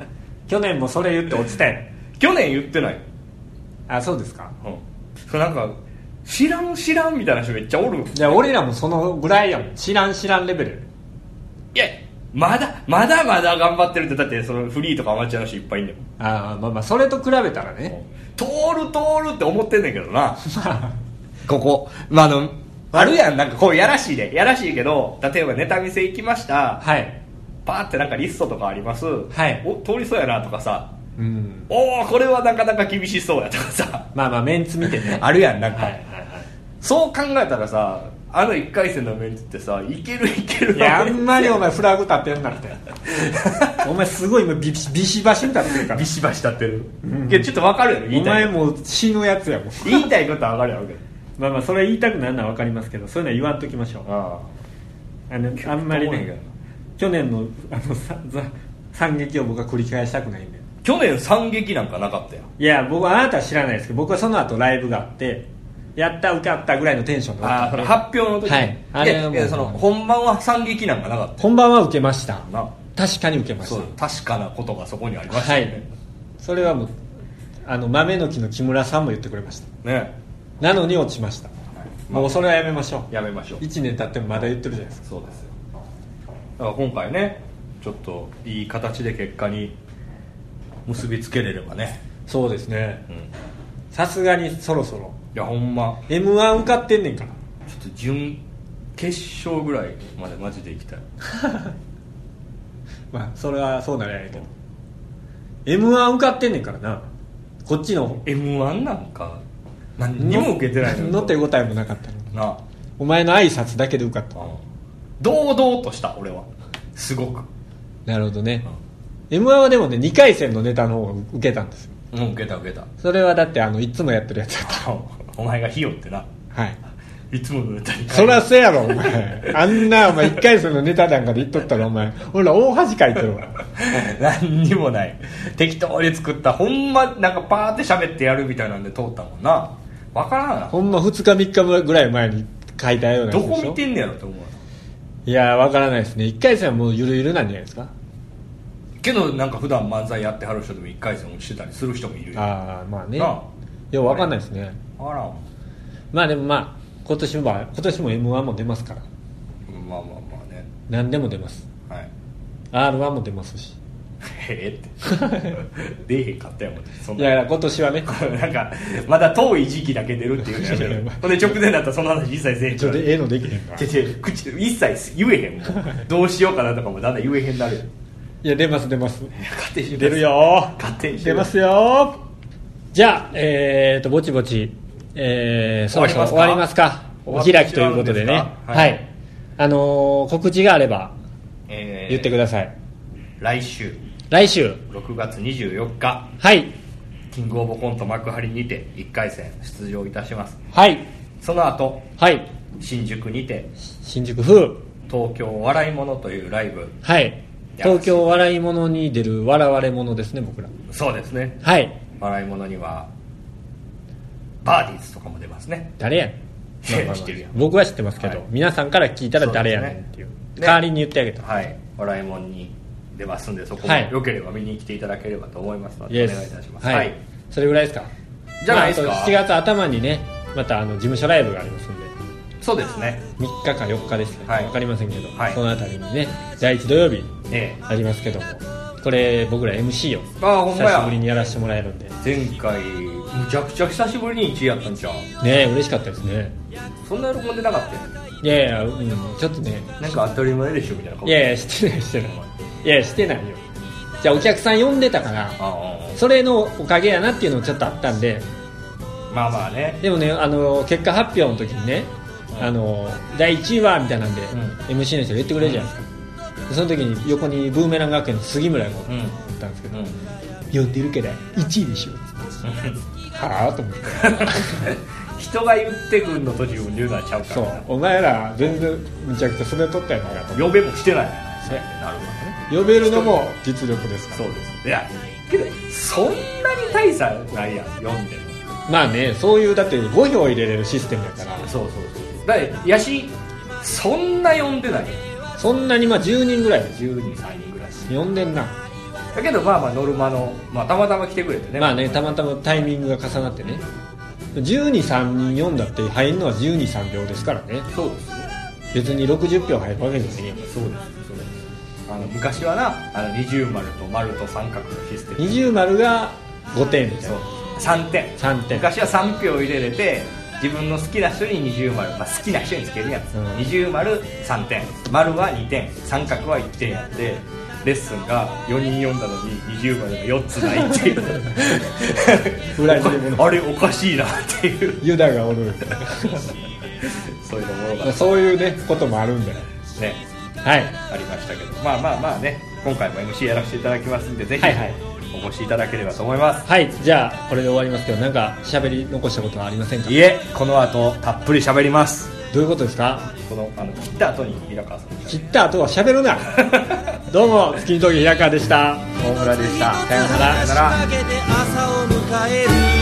Speaker 1: 去年もそれ言って落ちたよ
Speaker 2: 去年言ってない、
Speaker 1: あそうですか
Speaker 2: うん、そうなんか知らん知らんみたいな人めっちゃおる
Speaker 1: じゃあ俺らもそのぐらいやもん知らん知らんレベル
Speaker 2: いやまだまだまだ頑張ってるってだってそのフリーとかアマチュアの人いっぱいいんだよ
Speaker 1: ああまあまあそれと比べたらね
Speaker 2: 通る通るって思ってんねんけどなここ、まあ、あのあるやんなんかこうやらしいでやらしいけど例えばネタ見せ行きました
Speaker 1: はい
Speaker 2: パーってなんかリストとかあります、
Speaker 1: はい
Speaker 2: お通りそうやなとかさ
Speaker 1: うん
Speaker 2: おおこれはなかなか厳しそうやとかさ
Speaker 1: まあまあメンツ見てね
Speaker 2: あるやんなんか、
Speaker 1: はいはい
Speaker 2: そう考えたらさあの1回戦のメンツってさいけるいけ
Speaker 1: はいい
Speaker 2: る
Speaker 1: やあんまりお
Speaker 2: 前
Speaker 1: 前フラグ立ってんなってお前すごい今ビシビシバシに立ってるから
Speaker 2: ビシバシ立ってる、いやちょっとわかるやろ言
Speaker 1: お
Speaker 2: いた
Speaker 1: 前
Speaker 2: い
Speaker 1: もう死ぬやつやもん
Speaker 2: 言いたいことはわかるやろうけど
Speaker 1: まあまあそれ言いたくなるのは分かりますけどそういうのは言わんときましょう
Speaker 2: あ
Speaker 1: あのあんまり
Speaker 2: どうなんや
Speaker 1: ね去年のあのさざ惨劇を僕は繰り返したくないんで
Speaker 2: 去年惨劇なんかなかったよ
Speaker 1: いや僕はあなたは知らないですけど僕はその後ライブがあってやった受かったぐらいのテンションで終わ
Speaker 2: あ
Speaker 1: ったん
Speaker 2: あそ
Speaker 1: で
Speaker 2: の発表の時
Speaker 1: はいあれはもう
Speaker 2: いやいやその本番は惨劇なんかなかっ
Speaker 1: 本番は受けました
Speaker 2: たな
Speaker 1: 確かに受けまし
Speaker 2: そう
Speaker 1: た
Speaker 2: 確かなことがそこにありました
Speaker 1: は
Speaker 2: よ
Speaker 1: い
Speaker 2: ね、
Speaker 1: それはもうあの豆の木の木村さんも言ってくれました
Speaker 2: ね
Speaker 1: なのに落ちました
Speaker 2: まあ
Speaker 1: もうそれはやめましょう
Speaker 2: やめましょう
Speaker 1: 1年経ってもまだ言ってるじゃないですか
Speaker 2: そうですよだから今回ねちょっといい形で結果に結びつけれればね、
Speaker 1: そうですね
Speaker 2: うん、い
Speaker 1: さすがにそろそろ
Speaker 2: やほんま
Speaker 1: m 1受かってんねんから
Speaker 2: ちょっと準決勝ぐらいまでマジでいきたい
Speaker 1: まあそれはそうなりゃいいけど m 1受かってんねんからなこっちの
Speaker 2: m 1なんか何にも受けてない
Speaker 1: のの手
Speaker 2: に
Speaker 1: 応えもなかったの
Speaker 2: なあ
Speaker 1: お前の挨拶だけで受かった
Speaker 2: 堂々とした俺はすごく
Speaker 1: なるほどね m 1はでもね2回戦のネタの方が受けたんですよ
Speaker 2: うん受けた受けた
Speaker 1: それはだってあのいつもやってるやつやっ
Speaker 2: お前がひよってな
Speaker 1: たはい
Speaker 2: いつものネタに
Speaker 1: そりゃそうやろお前あんなお前1回戦のネタなんかで言っとったらお前俺ら大恥かいてるわ
Speaker 2: 何にもない適当に作ったほんまなんかパーって喋ってやるみたいなんで通ったもんなわからんな
Speaker 1: ほんま2日3日ぐらい前に書いたようなや
Speaker 2: ど
Speaker 1: つでし
Speaker 2: こ
Speaker 1: ょ
Speaker 2: 見てんねやろって思うよ
Speaker 1: いやわからないですね1回戦はもうゆるゆるなんじゃないですか
Speaker 2: けどなんか普段漫才やってはる人でも1回戦落ちてたりする人もいるよわ
Speaker 1: ああまあね
Speaker 2: なあ
Speaker 1: ようわかんないですね
Speaker 2: からん
Speaker 1: まあでもまあ今年も今年も m 1も出ますから
Speaker 2: まあまあまあね
Speaker 1: 何でも出ます
Speaker 2: はい
Speaker 1: r 1も出ますし
Speaker 2: へ えって出えへんかったやもんそん
Speaker 1: い
Speaker 2: な
Speaker 1: や今年はね
Speaker 2: なんかまだ遠い時期だけ出るっていうのやめろよほんで直前だったらその話一切せえへん
Speaker 1: ちょっとええのできへんから
Speaker 2: ちょちょ口一切言えへんもんどうしようかなとかもだんだん言えへんなるよ
Speaker 1: いや出ます出ます
Speaker 2: 勝手に
Speaker 1: 出るよ
Speaker 2: 勝手にして
Speaker 1: 出ますよじゃあえー、とぼちぼちえー、そろそろ
Speaker 2: 終
Speaker 1: 終
Speaker 2: わ
Speaker 1: わ
Speaker 2: り
Speaker 1: り
Speaker 2: ま
Speaker 1: ますす
Speaker 2: か
Speaker 1: かお開きということでね
Speaker 2: 終わってしまうんですかは
Speaker 1: はいい、あのー告知があれば
Speaker 2: えー
Speaker 1: 言ってください、
Speaker 2: 来週
Speaker 1: 来週
Speaker 2: 6月24日
Speaker 1: はい
Speaker 2: キングオブコント幕張にて1回戦出場いたします
Speaker 1: はい
Speaker 2: その後
Speaker 1: はい
Speaker 2: 新宿にて
Speaker 1: 新宿風
Speaker 2: 東京笑いものというライブ
Speaker 1: はい
Speaker 2: や
Speaker 1: 東京笑い物に出る笑われ者ですね僕ら
Speaker 2: そうですね
Speaker 1: はい
Speaker 2: 笑いものにはバーディーズとかも出ますね
Speaker 1: 誰やん
Speaker 2: いや知ってるやん
Speaker 1: 僕は知ってますけど、
Speaker 2: はい
Speaker 1: 皆さんから聞いたら誰やねんっていう
Speaker 2: そうですね
Speaker 1: 代わりに言ってあげた、
Speaker 2: はい笑いもんに出ますんでそこも
Speaker 1: はい
Speaker 2: よければ見に来ていただければと思いますの
Speaker 1: イエ
Speaker 2: で
Speaker 1: ス
Speaker 2: お願いいたします
Speaker 1: はい、
Speaker 2: はい
Speaker 1: それぐらいですか
Speaker 2: じゃないですか
Speaker 1: まああと7月頭にねまたあの事務所ライブがありますんで
Speaker 2: そうですね
Speaker 1: 3日か4日ですね、
Speaker 2: はい
Speaker 1: 分かりませんけど、
Speaker 2: はい
Speaker 1: そのあたりにね第1土曜日
Speaker 2: ええ
Speaker 1: ありますけどもこれ僕ら MC を
Speaker 2: ああほんまや
Speaker 1: 久しぶりにやらせてもらえるんでね
Speaker 2: 前回むちゃくちゃ久しぶりに1位やったんちゃう
Speaker 1: え嬉しかったですね
Speaker 2: そんな喜んでなかったよ
Speaker 1: いやいや、うん、ちょっとね
Speaker 2: なんか当たり前でしょみたいな顔
Speaker 1: いやいやしてないしてないいやしてないよじゃあお客さん呼んでたから
Speaker 2: ああ
Speaker 1: それのおかげやなっていうのもちょっとあったんで
Speaker 2: まあまあね
Speaker 1: でもねあの結果発表の時にね、
Speaker 2: うん
Speaker 1: あの第1位はみたいなんで、
Speaker 2: ん
Speaker 1: MC の人が言ってくれるじゃないですか、でその時に横にブーメラン学園の杉村がおっ
Speaker 2: うん
Speaker 1: たんですけど、
Speaker 2: うん
Speaker 1: 呼んでるけど1位でしょっつってはあと思って
Speaker 2: 人が言ってくんのと自分で言うのはちゃうか
Speaker 1: そう
Speaker 2: らな
Speaker 1: お前ら全然むちゃくちゃそれ取ったやないかと
Speaker 2: 呼べもしてない
Speaker 1: そうや
Speaker 2: なるほどね
Speaker 1: 呼べるのも実力ですから
Speaker 2: そうですいやけどそんなに大差ないやん読んでも
Speaker 1: まあねそういうだって5票入れれるシステムやから
Speaker 2: そうそうそうだってヤシそんな読んでない
Speaker 1: そんなにまあ10人ぐらい
Speaker 2: 10人3人ぐらいし
Speaker 1: 呼んでんな
Speaker 2: だけどまあまあノルマの、まあ、たまたま来てくれてね
Speaker 1: まあねたまたまタイミングが重なってね123人呼んだって入るのは123票ですからね
Speaker 2: そうですね
Speaker 1: 別に60票入るわけですね
Speaker 2: そうですそうですあの昔はなあの二重丸と丸と三角のシステム
Speaker 1: 20丸が5点みたい
Speaker 2: そう
Speaker 1: な
Speaker 2: 3点
Speaker 1: 3点
Speaker 2: 昔は3票入れれて自分の好きな人に二重丸、まあ、好きな人につけるやつ、
Speaker 1: うん
Speaker 2: 二重丸3点丸は2点三角は1点やってレッスンが4人読んだのに二重丸が4つないって いう
Speaker 1: 裏切り者
Speaker 2: あれおかしいなっていう
Speaker 1: ユダがおる
Speaker 2: そういうのものがね
Speaker 1: そういうねこともあるんだよはい
Speaker 2: ありましたけどまあまあまあね今回も MC やらせていただきますんでぜひ
Speaker 1: はいはい
Speaker 2: お越しいただければと思います、
Speaker 1: はいじゃあこれで終わりますけどなんか喋り残したことはありませんか
Speaker 2: い、えこの後たっぷり喋ります
Speaker 1: どういうことですか
Speaker 2: このあの切った後に平川さんに
Speaker 1: 切った後は喋るな どうも月見峠平川でした
Speaker 2: 大村でしたさような
Speaker 1: さような
Speaker 2: ら
Speaker 1: ら
Speaker 3: けて朝を迎える